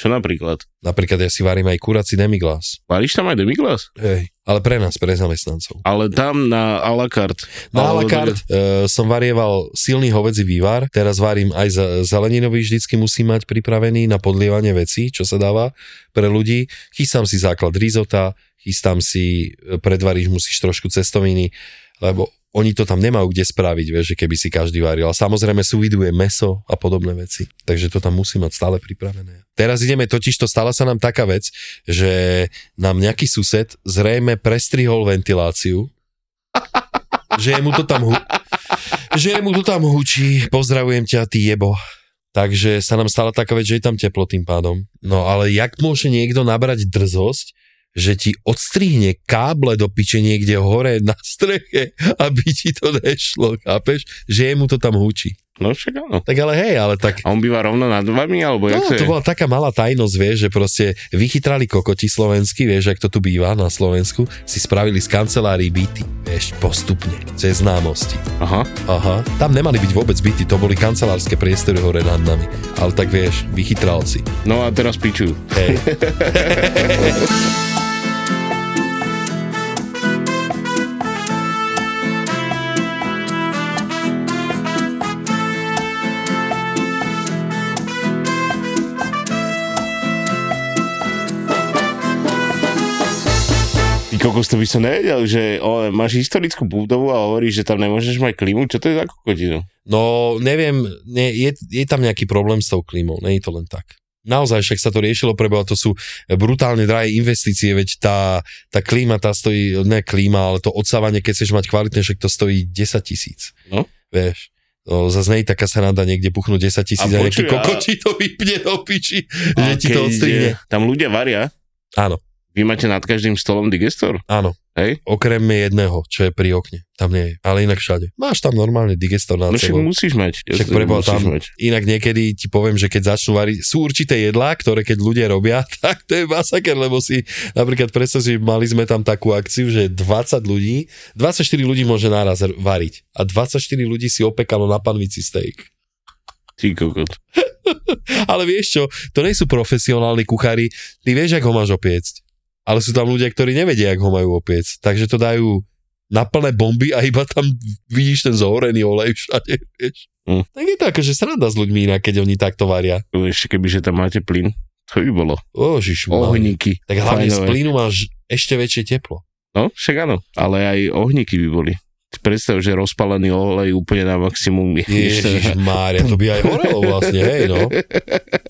[SPEAKER 3] Čo napríklad?
[SPEAKER 2] Napríklad ja si varím aj kurací demiglas.
[SPEAKER 3] Varíš tam aj demiglas?
[SPEAKER 2] Hej. Ale pre nás, pre zamestnancov.
[SPEAKER 3] Ale tam na a la carte.
[SPEAKER 2] Na la
[SPEAKER 3] Alebo teda-
[SPEAKER 2] carte e, som varieval silný hovedzí vývar, teraz varím aj za- zeleninový, vždycky musím mať pripravený na podlievanie veci, čo sa dáva pre ľudí. Chystám si základ rizota, chystám si, e, predvaríš musíš trošku cestoviny, lebo oni to tam nemajú kde spraviť, vieš, že keby si každý varil. A samozrejme suviduje meso a podobné veci. Takže to tam musí mať stále pripravené. Teraz ideme, totiž to stala sa nám taká vec, že nám nejaký sused zrejme prestrihol ventiláciu že mu to tam hu... že mu to tam hučí, pozdravujem ťa, ty jebo. Takže sa nám stala taká vec, že je tam teplo tým pádom. No ale jak môže niekto nabrať drzosť, že ti odstrihne káble do piče niekde hore na streche, aby ti to nešlo, chápeš? Že mu to tam hučí.
[SPEAKER 3] No však áno.
[SPEAKER 2] Tak ale hej, ale tak...
[SPEAKER 3] A on býva rovno nad vami, alebo
[SPEAKER 2] No,
[SPEAKER 3] jak to,
[SPEAKER 2] to
[SPEAKER 3] je?
[SPEAKER 2] bola taká malá tajnosť, vieš, že proste vychytrali kokoti slovenský, vieš, ak to tu býva na Slovensku, si spravili z kancelárií byty, vieš, postupne, cez známosti.
[SPEAKER 3] Aha.
[SPEAKER 2] Aha, tam nemali byť vôbec byty, to boli kancelárske priestory hore nad nami. Ale tak vieš, vychytral si.
[SPEAKER 3] No a teraz pičujú.
[SPEAKER 2] Hej.
[SPEAKER 3] Ty kokos, to by som nevedel, že o, máš historickú budovu a hovoríš, že tam nemôžeš mať klimu. Čo to je za kokotinu?
[SPEAKER 2] No, neviem, ne, je, je tam nejaký problém s tou klímou, nie je to len tak. Naozaj, však sa to riešilo, preboha, to sú brutálne drahé investície, veď tá, tá klíma, tá stojí, ne klíma, ale to odsávanie, keď chceš mať kvalitné, však to stojí 10 tisíc.
[SPEAKER 3] No.
[SPEAKER 2] Vieš, no, zase nej taká saranda niekde puchnú 10 tisíc a,
[SPEAKER 3] A
[SPEAKER 2] nejaký
[SPEAKER 3] počuj, a-
[SPEAKER 2] kokoti to vypne do piči, že
[SPEAKER 3] A
[SPEAKER 2] ti to
[SPEAKER 3] keď,
[SPEAKER 2] odstrihne.
[SPEAKER 3] e, Tam ľudia varia
[SPEAKER 2] Áno,
[SPEAKER 3] Vy máte nad každým stolom digestor?
[SPEAKER 2] Áno.
[SPEAKER 3] Hej?
[SPEAKER 2] Okrem jedného, čo je pri okne. Tam nie je. Ale inak všade. Máš tam normálne digestor na
[SPEAKER 3] No však
[SPEAKER 2] sebou.
[SPEAKER 3] musíš mať.
[SPEAKER 2] Však
[SPEAKER 3] Jasne,
[SPEAKER 2] preboha
[SPEAKER 3] musíš
[SPEAKER 2] tam.
[SPEAKER 3] mať.
[SPEAKER 2] Inak niekedy ti poviem, že keď začnú variť, sú určité jedlá, ktoré keď ľudia robia, tak to je masaker, lebo si napríklad predstav si, mali sme tam takú akciu, že 20 ľudí, 24 ľudí môže naraz r- variť. A 24 ľudí si opekalo na panvici steak.
[SPEAKER 3] Ty kokot.
[SPEAKER 2] Ale vieš čo, to nie sú profesionálni kuchári, ty vieš, ako ho máš opiecť. Ale sú tam ľudia, ktorí nevedia, ako ho majú opiecť. Takže to dajú na plné bomby a iba tam vidíš ten zohorený olej všade, vieš.
[SPEAKER 3] Mm.
[SPEAKER 2] Tak je to akože sranda s ľuďmi inak, keď oni takto varia.
[SPEAKER 3] Ešte keby, že tam máte plyn. To by bolo.
[SPEAKER 2] Ožiš,
[SPEAKER 3] Ohníky.
[SPEAKER 2] Tak hlavne z
[SPEAKER 3] Fajnové.
[SPEAKER 2] plynu máš ešte väčšie teplo.
[SPEAKER 3] No, však áno. Ale aj ohníky by boli. Ty Predstav, že rozpálený olej úplne na maximum. je
[SPEAKER 2] Ježiš Mária, to by aj horelo vlastne, hej no.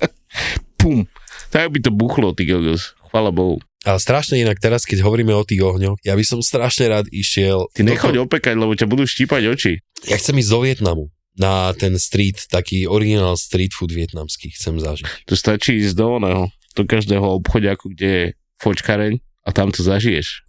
[SPEAKER 3] Pum. Tak by to buchlo, ty kokos. Chvala Bohu.
[SPEAKER 2] Ale strašne inak teraz, keď hovoríme o tých ohňoch, ja by som strašne rád išiel...
[SPEAKER 3] Ty nechoď opekať, lebo ťa budú štípať oči.
[SPEAKER 2] Ja chcem ísť do Vietnamu na ten street, taký originál street food vietnamský chcem zažiť.
[SPEAKER 3] To stačí ísť do oného, do každého obchodiaku, kde je fočkareň a tam to zažiješ.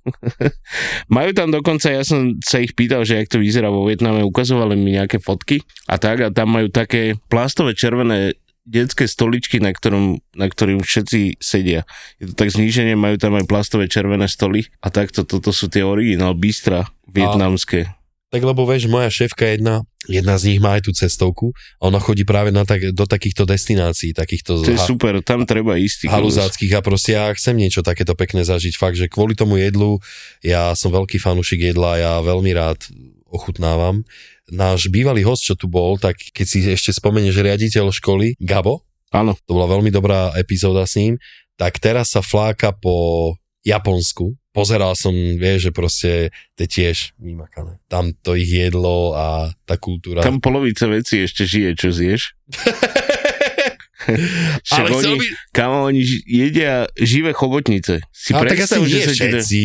[SPEAKER 3] Majú tam dokonca, ja som sa ich pýtal, že jak to vyzerá vo Vietname, ukazovali mi nejaké fotky a tak a tam majú také plastové červené detské stoličky, na, ktorom, na ktorým všetci sedia. Je to tak zníženie, majú tam aj plastové červené stoly a takto toto sú tie originál bistra vietnamské.
[SPEAKER 2] Tak lebo vieš, moja šéfka jedna, jedna z nich má aj tú cestovku a ona chodí práve na tak, do takýchto destinácií, takýchto
[SPEAKER 3] To je
[SPEAKER 2] ha-
[SPEAKER 3] super, tam treba ísť. ty kokos.
[SPEAKER 2] haluzáckých a proste ja chcem niečo takéto pekné zažiť. Fakt, že kvôli tomu jedlu, ja som veľký fanúšik jedla, ja veľmi rád ochutnávam. Náš bývalý host, čo tu bol, tak keď si ešte spomenieš riaditeľ školy, Gabo,
[SPEAKER 3] Áno,
[SPEAKER 2] to bola veľmi dobrá epizóda s ním, tak teraz sa fláka po Japonsku. Pozeral som, vieš, že proste to je tiež vymakané. Tam to ich jedlo a tá kultúra.
[SPEAKER 3] tam polovica vecí ešte žije, čo zješ. Však
[SPEAKER 2] Ale chcel
[SPEAKER 3] oni-
[SPEAKER 2] by...
[SPEAKER 3] Kamo, oni ž- jedia živé chobotnice. Si
[SPEAKER 2] A tak asi
[SPEAKER 3] predstav,
[SPEAKER 2] nie
[SPEAKER 3] že sa ti to-
[SPEAKER 2] všetci.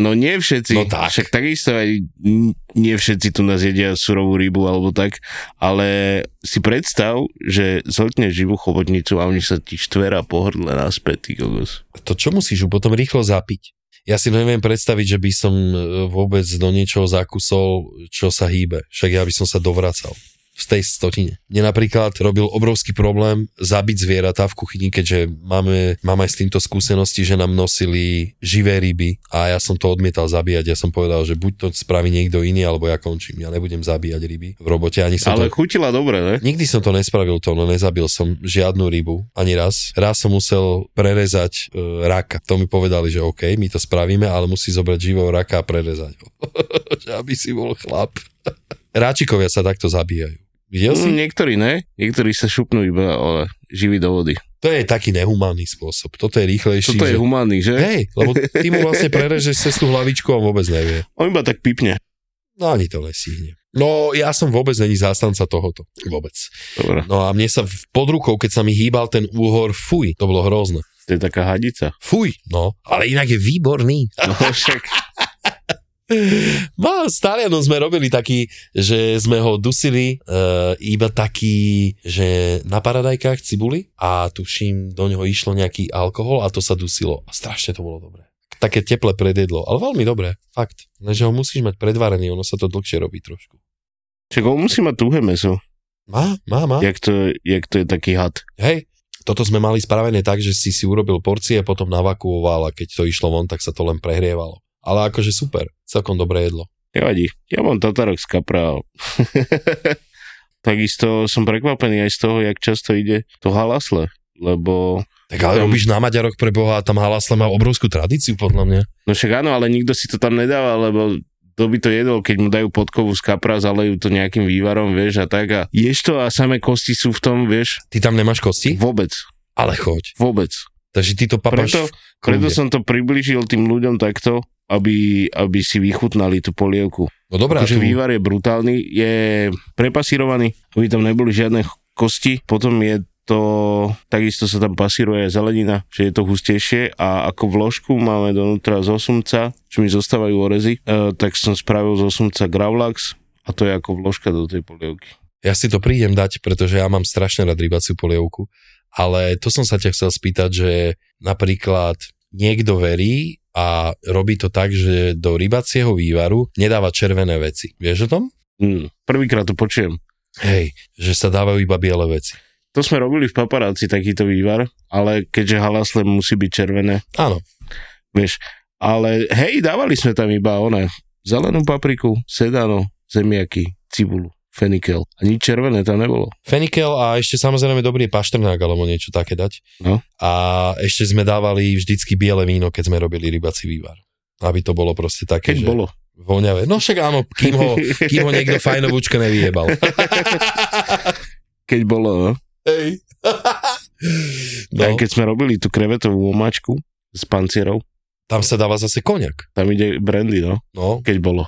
[SPEAKER 3] No nie všetci.
[SPEAKER 2] No tak.
[SPEAKER 3] Však takisto aj n- nie všetci tu nás jedia surovú rybu alebo tak, ale si predstav, že zhltneš živú chobotnicu a oni sa ti štvera po hrdle naspäť, ty kokos.
[SPEAKER 2] to čo musíš ju potom rýchlo zapiť? Ja si neviem predstaviť, že by som e, vôbec do niečoho zakusol, čo sa hýbe. Však ja by som sa dovracal v tej stotine. Mne napríklad robil obrovský problém zabiť zvieratá v kuchyni, keďže máme, mám aj s týmto skúsenosti, že nám nosili živé ryby a ja som to odmietal zabíjať. Ja som povedal, že buď to spraví niekto iný, alebo ja končím. Ja nebudem zabíjať ryby v robote. Ani som to...
[SPEAKER 3] Ale chutila dobre, ne?
[SPEAKER 2] Nikdy som to nespravil to, no nezabil som žiadnu rybu, ani raz. Raz som musel prerezať e, raka. To mi povedali, že OK, my to spravíme, ale musí zobrať živého raka a prerezať ho. že aby si bol chlap. Ráčikovia sa takto zabíjajú. Videl si?
[SPEAKER 3] Mm, niektorí ne, niektorí sa šupnú iba ale živý do vody.
[SPEAKER 2] To je taký nehumánny spôsob. Toto je rýchlejší.
[SPEAKER 3] Toto je
[SPEAKER 2] že-
[SPEAKER 3] humánny, že?
[SPEAKER 2] Hej, lebo ty mu vlastne prerežeš cez tú hlavičku a on vôbec nevie.
[SPEAKER 3] On iba tak pipne.
[SPEAKER 2] No ani to nesíhne. No ja som vôbec není zástanca tohoto. Vôbec.
[SPEAKER 3] Dobre,
[SPEAKER 2] No a mne sa v- pod rukou, keď sa mi hýbal ten úhor, fuj, to bolo hrozné.
[SPEAKER 3] to je taká hadica.
[SPEAKER 2] Fuj, no, ale inak je výborný.
[SPEAKER 3] No však,
[SPEAKER 2] No, s Talianom sme robili taký, že sme ho dusili uh, iba taký, že na paradajkách cibuli a tuším, do neho išlo nejaký alkohol a to sa dusilo. A strašne to bolo dobré. Také teple predjedlo, ale veľmi dobré, fakt. Lenže ho musíš mať predvarený, ono sa to dlhšie robí trošku.
[SPEAKER 3] však on musí mať tuhé meso,
[SPEAKER 2] Má, má, má.
[SPEAKER 3] jak to, jak to je taký had.
[SPEAKER 2] Hej, toto sme mali spravené tak, že si si urobil porcie, potom navakuoval a keď to išlo von, tak sa to len prehrievalo. Ale akože super, celkom dobré jedlo.
[SPEAKER 3] Nevadí, ja mám tatarok z kapra. ale- Takisto som prekvapený aj z toho, jak často ide to halasle, lebo...
[SPEAKER 2] Tak ale
[SPEAKER 3] Tam-
[SPEAKER 2] robíš na Maďarok pre Boha a tam Halasle má obrovskú tradíciu podľa mňa.
[SPEAKER 3] No však áno, ale nikto si to tam nedáva, lebo kto by to jedol, keď mu dajú podkovu z kapra, zalejú to nejakým vývarom, vieš, a tak a ješ to a samé kosti sú v tom, vieš,
[SPEAKER 2] Ty tam nemáš kosti?
[SPEAKER 3] vôbec,
[SPEAKER 2] Ale choď.
[SPEAKER 3] vôbec.
[SPEAKER 2] Takže ty to papáš.
[SPEAKER 3] Preto,
[SPEAKER 2] Preto...
[SPEAKER 3] preto
[SPEAKER 2] kľude.
[SPEAKER 3] som to priblížil tým ľuďom takto, aby, aby si vychutnali tú polievku.
[SPEAKER 2] No dobrá, že
[SPEAKER 3] Akože vývar je brutálny, je prepasírovaný, aby tam neboli žiadne ch- kosti, potom je to, takisto sa tam pasíruje aj zelenina, že je to hustejšie a ako vložku máme donútra z osumca, čo mi zostávajú orezy, e, tak som spravil z osumca gravlax a to je ako vložka do tej polievky.
[SPEAKER 2] ja si to prídem dať, pretože ja mám strašne rád rybaciu polievku. Ale to som sa ťa chcel spýtať, že napríklad niekto verí a robí to tak, že do rybacieho vývaru nedáva červené veci. Vieš o tom?
[SPEAKER 3] Mm. Prvýkrát to počujem.
[SPEAKER 2] Hej, že sa dávajú iba biele veci.
[SPEAKER 3] To sme robili v paparáci takýto vývar, ale keďže halasle musí byť červené,
[SPEAKER 2] Áno,
[SPEAKER 3] vieš. Ale hej, dávali sme tam iba one, zelenú papriku, sedano, zemiaky, cibulu, fenikel. A nič červené tam nebolo.
[SPEAKER 2] fenikel a ešte samozrejme dobrý je paštrnák alebo niečo také dať.
[SPEAKER 3] No.
[SPEAKER 2] A ešte sme dávali vždycky biele víno, keď sme robili rybací vývar. Aby to bolo proste také, že
[SPEAKER 3] Keď bolo.
[SPEAKER 2] voňavé. No však áno, kým ho, kým ho niekto fajnovúčka nevyjebal.
[SPEAKER 3] Keď bolo, no.
[SPEAKER 2] Hej.
[SPEAKER 3] no. Aj
[SPEAKER 2] No,
[SPEAKER 3] keď sme robili tú krevetovú omáčku s pancierou,
[SPEAKER 2] tam sa dáva zase koniak.
[SPEAKER 3] tam ide brandy, no.
[SPEAKER 2] No,
[SPEAKER 3] Keď bolo.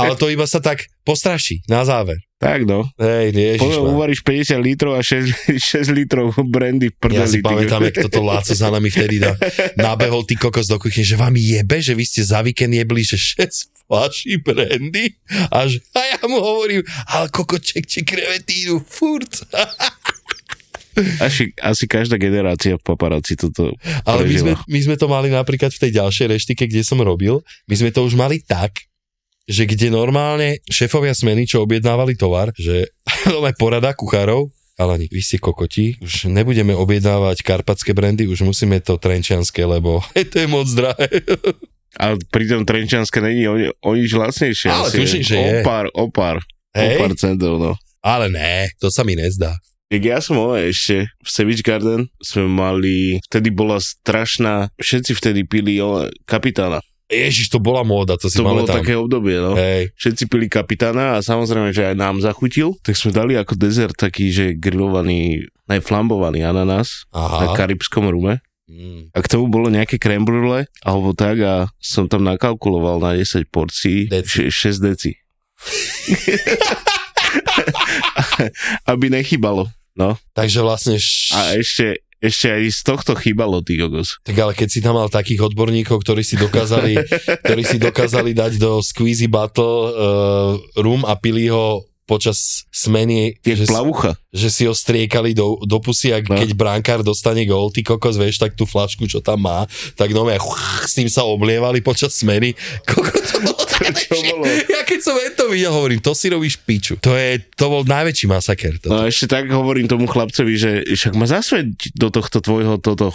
[SPEAKER 2] ale to iba sa tak postraší na záver.
[SPEAKER 3] Tak, no.
[SPEAKER 2] Hej,
[SPEAKER 3] Potom
[SPEAKER 2] ježišmar.
[SPEAKER 3] uvaríš 50 litrov a 6, 6 litrov brandy v prdeli.
[SPEAKER 2] Ja si
[SPEAKER 3] ty
[SPEAKER 2] pamätám,
[SPEAKER 3] kokos.
[SPEAKER 2] jak toto Láco za nami vtedy na, nabehol ty kokos do kuchyne, že vám jebe, že vy ste za víkend jebli, že 6 fľaší brandy a, že, a ja mu hovorím, ale kokoček či krevetínu, furt.
[SPEAKER 3] Asi, asi každá generácia v paparáci toto
[SPEAKER 2] Ale my sme,
[SPEAKER 3] prežila.
[SPEAKER 2] my sme to mali napríklad v tej ďalšej reštike, kde som robil, my sme to už mali tak, že kde normálne šéfovia smeny, čo objednávali tovar, že ale porada kuchárov, ale vy ste kokoti, už nebudeme objednávať karpatské brandy, už musíme to trenčianské, lebo to je moc drahé.
[SPEAKER 3] A pritom Trenčianske není o, o nič lacnejšie.
[SPEAKER 2] Ale
[SPEAKER 3] asi
[SPEAKER 2] tuším, že
[SPEAKER 3] o
[SPEAKER 2] je.
[SPEAKER 3] pár, o pár, o
[SPEAKER 2] Hej,
[SPEAKER 3] pár centov, no.
[SPEAKER 2] ale ne, to sa mi nezdá.
[SPEAKER 3] Jak ja som ale ešte v Savage Garden sme mali, vtedy bola strašná, všetci vtedy pili ale, kapitána.
[SPEAKER 2] Ježiš, to bola móda, to si
[SPEAKER 3] to bolo
[SPEAKER 2] pamätám.
[SPEAKER 3] také obdobie, no.
[SPEAKER 2] Hej,
[SPEAKER 3] Všetci pili kapitána a samozrejme, že aj nám zachutil, tak sme dali ako dezert taký, že grillovaný, ne, flambovaný ananás
[SPEAKER 2] aha.
[SPEAKER 3] na karibskom rume.
[SPEAKER 2] Mm,
[SPEAKER 3] A k tomu bolo nejaké crème brûlée, alebo tak a som tam nakalkuloval na 10 porcií
[SPEAKER 2] Deci.
[SPEAKER 3] deci. 6 deci. Aby nechybalo. No
[SPEAKER 2] takže vlastne, š...
[SPEAKER 3] a ešte, ešte aj z tohto chýbalo, ty kokos.
[SPEAKER 2] tak ale keď si tam mal takých odborníkov, ktorí si dokázali, ktorí si dokázali dať do Squeezy Battle uh, room a pili ho počas smeny,
[SPEAKER 3] Tie
[SPEAKER 2] že, si-
[SPEAKER 3] plavucha.
[SPEAKER 2] že si ho striekali do, do pusy a
[SPEAKER 3] No.
[SPEAKER 2] keď brankár dostane gól, ty kokos, vieš, tak tú flašku, čo tam má, tak no s ním sa oblievali počas smeny. Koko, to bolo najlepšie.
[SPEAKER 3] bolo?
[SPEAKER 2] Ja keď som to videl, hovorím, to si robíš piču. To, je, to bol najväčší masaker. To.
[SPEAKER 3] No a ešte tak hovorím tomu chlapcovi, že však ma zasveď do tohto tvojho toto,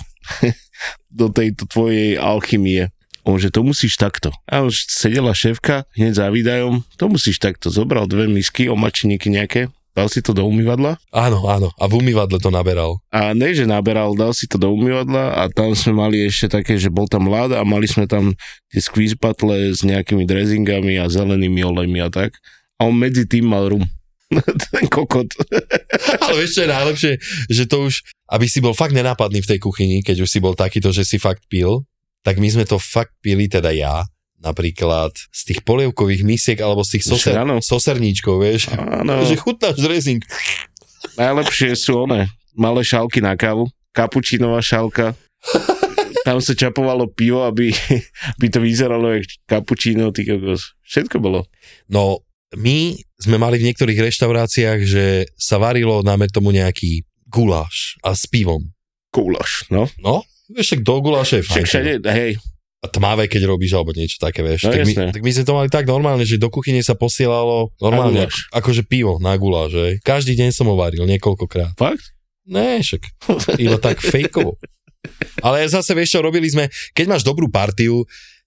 [SPEAKER 3] do tejto tvojej alchymie. On, že to musíš takto. A už sedela šéfka hneď za výdajom, to musíš takto. Zobral dve misky, omačníky nejaké, dal si to do umývadla
[SPEAKER 2] Áno, áno. A v umývadle to naberal.
[SPEAKER 3] a ne, že naberal, dal si to do umývadla a tam sme mali ešte také, že bol tam láda a mali sme tam tie squeeze buttle s nejakými dressingami a zelenými olejmi a tak. A on medzi tým mal rum. Ten kokot.
[SPEAKER 2] Ale vieš, čo je najlepšie? Že to už, aby si bol fakt nenápadný v tej kuchyni, keď už si bol takýto, že si fakt pil, tak my sme to fakt pili, teda ja, napríklad z tých polievkových misiek alebo z tých soser,
[SPEAKER 3] Áno.
[SPEAKER 2] soserníčkov, vieš.
[SPEAKER 3] Áno.
[SPEAKER 2] Že chutnáš dressing.
[SPEAKER 3] Najlepšie sú one, malé šálky na kávu, kapučinová šálka. Tam sa čapovalo pivo, aby, aby to vyzeralo jak kapučino, ty kokos. Všetko bolo.
[SPEAKER 2] No, my sme mali v niektorých reštauráciách, že sa varilo, dáme tomu nejaký guláš a s pivom.
[SPEAKER 3] Kúlaš, no.
[SPEAKER 2] No, vieš, tak do guláša je fajn.
[SPEAKER 3] Však všade, hej,
[SPEAKER 2] a tmavé, keď robíš alebo niečo také, vieš.
[SPEAKER 3] No
[SPEAKER 2] tak, my,
[SPEAKER 3] jasné.
[SPEAKER 2] tak my sme to mali tak normálne, že do kuchyne sa posielalo normálne,
[SPEAKER 3] Na guláš.
[SPEAKER 2] ako, akože pivo na guláš, že? Každý deň som ho varil, niekoľkokrát.
[SPEAKER 3] fakt?
[SPEAKER 2] Ne, však, iba tak fejkovo. Ale zase, vieš čo, robili sme, keď máš dobrú partiu,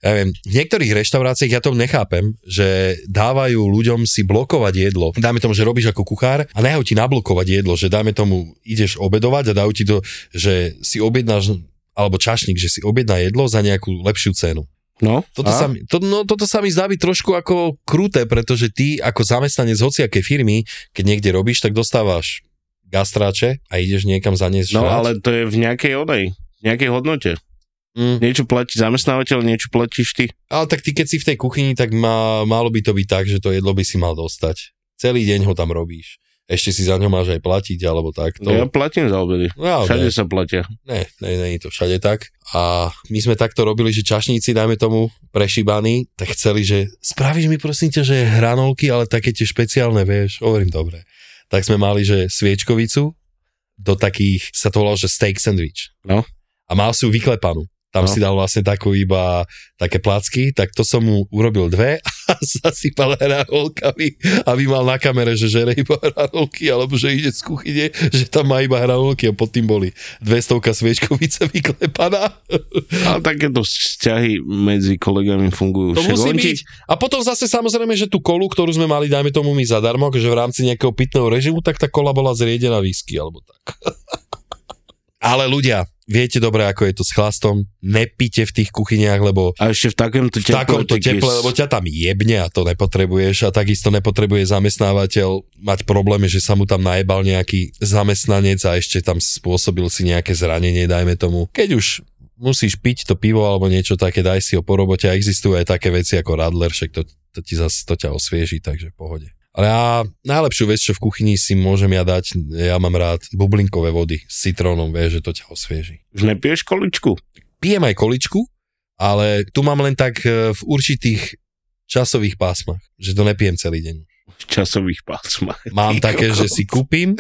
[SPEAKER 2] ja viem, v niektorých reštauráciách ja to nechápem, že dávajú ľuďom si blokovať jedlo. Dáme tomu, že robíš ako kuchár a nehajú ti nablokovať jedlo, že dáme tomu, ideš obedovať a dajú ti to, že si objednáš, alebo čašník, že si objedná jedlo za nejakú lepšiu cenu.
[SPEAKER 3] No.
[SPEAKER 2] Toto
[SPEAKER 3] a?
[SPEAKER 2] sa, mi, to, no, toto sa mi zdá byť trošku ako kruté, pretože ty ako zamestnanec hociakej firmy, keď niekde robíš, tak dostávaš gastráče a ideš niekam zaniesť
[SPEAKER 3] No
[SPEAKER 2] žrať.
[SPEAKER 3] ale to je v nejakej onej, v nejakej hodnote.
[SPEAKER 2] Mm.
[SPEAKER 3] Niečo platí zamestnávateľ, niečo platíš ty.
[SPEAKER 2] ale tak ty keď si v tej kuchyni, tak má, malo by to byť tak, že to jedlo by si mal dostať. Celý deň ho tam robíš. Ešte si za ňo máš aj platiť, alebo tak. To,
[SPEAKER 3] To... Ja platím za obedy.
[SPEAKER 2] no, ale
[SPEAKER 3] Všade sa platia.
[SPEAKER 2] Ne, ne, ne, je to všade tak. A my sme takto robili, že čašníci, dajme tomu, prešíbaní, tak chceli, že spravíš mi prosím ťa, že hranolky, ale také tie špeciálne, vieš, hovorím dobre. Tak sme mali, že sviečkovicu do takých, sa to volalo, že steak sandwich.
[SPEAKER 3] No.
[SPEAKER 2] A mal si ju vyklepanú. Tam no.
[SPEAKER 3] No.
[SPEAKER 2] si dal vlastne takú iba také placky, tak to som mu urobil dve a zasypal hranolkami, aby mal na kamere, že žere iba hranolky, alebo že ide z kuchyne, že tam má iba hranolky a pod tým boli 200 sviečkovice vyklepaná.
[SPEAKER 3] Ale takéto vzťahy medzi kolegami fungujú.
[SPEAKER 2] To
[SPEAKER 3] No Však
[SPEAKER 2] musí
[SPEAKER 3] on ti-
[SPEAKER 2] byť. A potom zase samozrejme, že tú kolu, ktorú sme mali, dajme tomu my zadarmo, že v rámci nejakého pitného režimu, tak tá kola bola zriedená whisky alebo tak. Ale ľudia, viete dobre, ako je to s chlastom, nepíte v tých kuchyniach, lebo
[SPEAKER 3] A ešte v takomto
[SPEAKER 2] v
[SPEAKER 3] teple.
[SPEAKER 2] takomto
[SPEAKER 3] tak je-
[SPEAKER 2] teple, lebo ťa tam jebne a to nepotrebuješ a takisto nepotrebuje zamestnávateľ mať problémy, že sa mu tam najebal nejaký zamestnanec a ešte tam spôsobil si nejaké zranenie, dajme tomu. Keď už musíš piť to pivo alebo niečo také, daj si ho po robote a existujú aj také veci ako Radler, však to, to ti zase to ťa osvieži, takže v pohode. Ale ja najlepšiu vec, čo v kuchyni si môžem ja dať, ja mám rád bublinkové vody s citrónom, vieš, že to ťa osvieži
[SPEAKER 3] Už nepiješ količku?
[SPEAKER 2] pijem aj količku, ale tu mám len tak e, v určitých časových pásmach, že to nepijem celý deň.
[SPEAKER 3] V časových pásmach.
[SPEAKER 2] Mám také, že si kúpim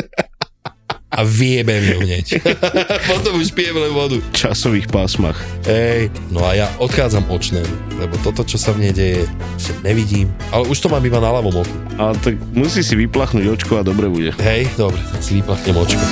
[SPEAKER 2] a vyjebem ju hneď. Potom už pijem len vodu.
[SPEAKER 3] V časových pásmach.
[SPEAKER 2] Ej, no a ja odchádzam očnému, lebo toto, čo sa mne deje, že nevidím. Ale už to mám iba na ľavom oku.
[SPEAKER 3] Ale tak musí si vyplachnúť očko a dobre bude.
[SPEAKER 2] Hej, dobre, tak si vyplachnem očko.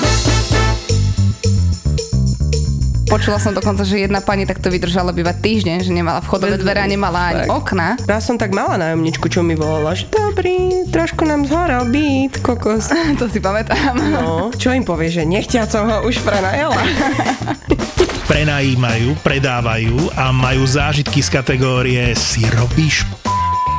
[SPEAKER 6] Počula som dokonca, že jedna pani takto vydržala býva týždeň, že nemala vchodové dvere a nemala ani okna.
[SPEAKER 7] Raz som tak mala nájomničku, čo mi volala, že dobrý, trošku nám zhoral byt, kokos.
[SPEAKER 6] To si pamätám.
[SPEAKER 7] No, čo im povie, že nechťa som ho už prenajela.
[SPEAKER 8] Prenajímajú, predávajú a majú zážitky z kategórie si robíš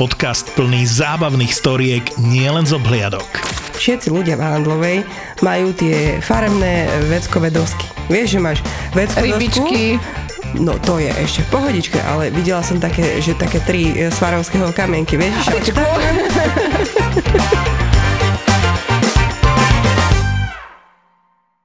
[SPEAKER 8] podcast plný zábavných storiek nielen z obhliadok.
[SPEAKER 7] Všetci ľudia v Handlovej majú tie farebné veckové dosky. Vieš, že máš veckové
[SPEAKER 6] Rybičky.
[SPEAKER 7] No to je ešte v pohodičke, ale videla som také, že také tri e, svarovského kamienky, vieš? že-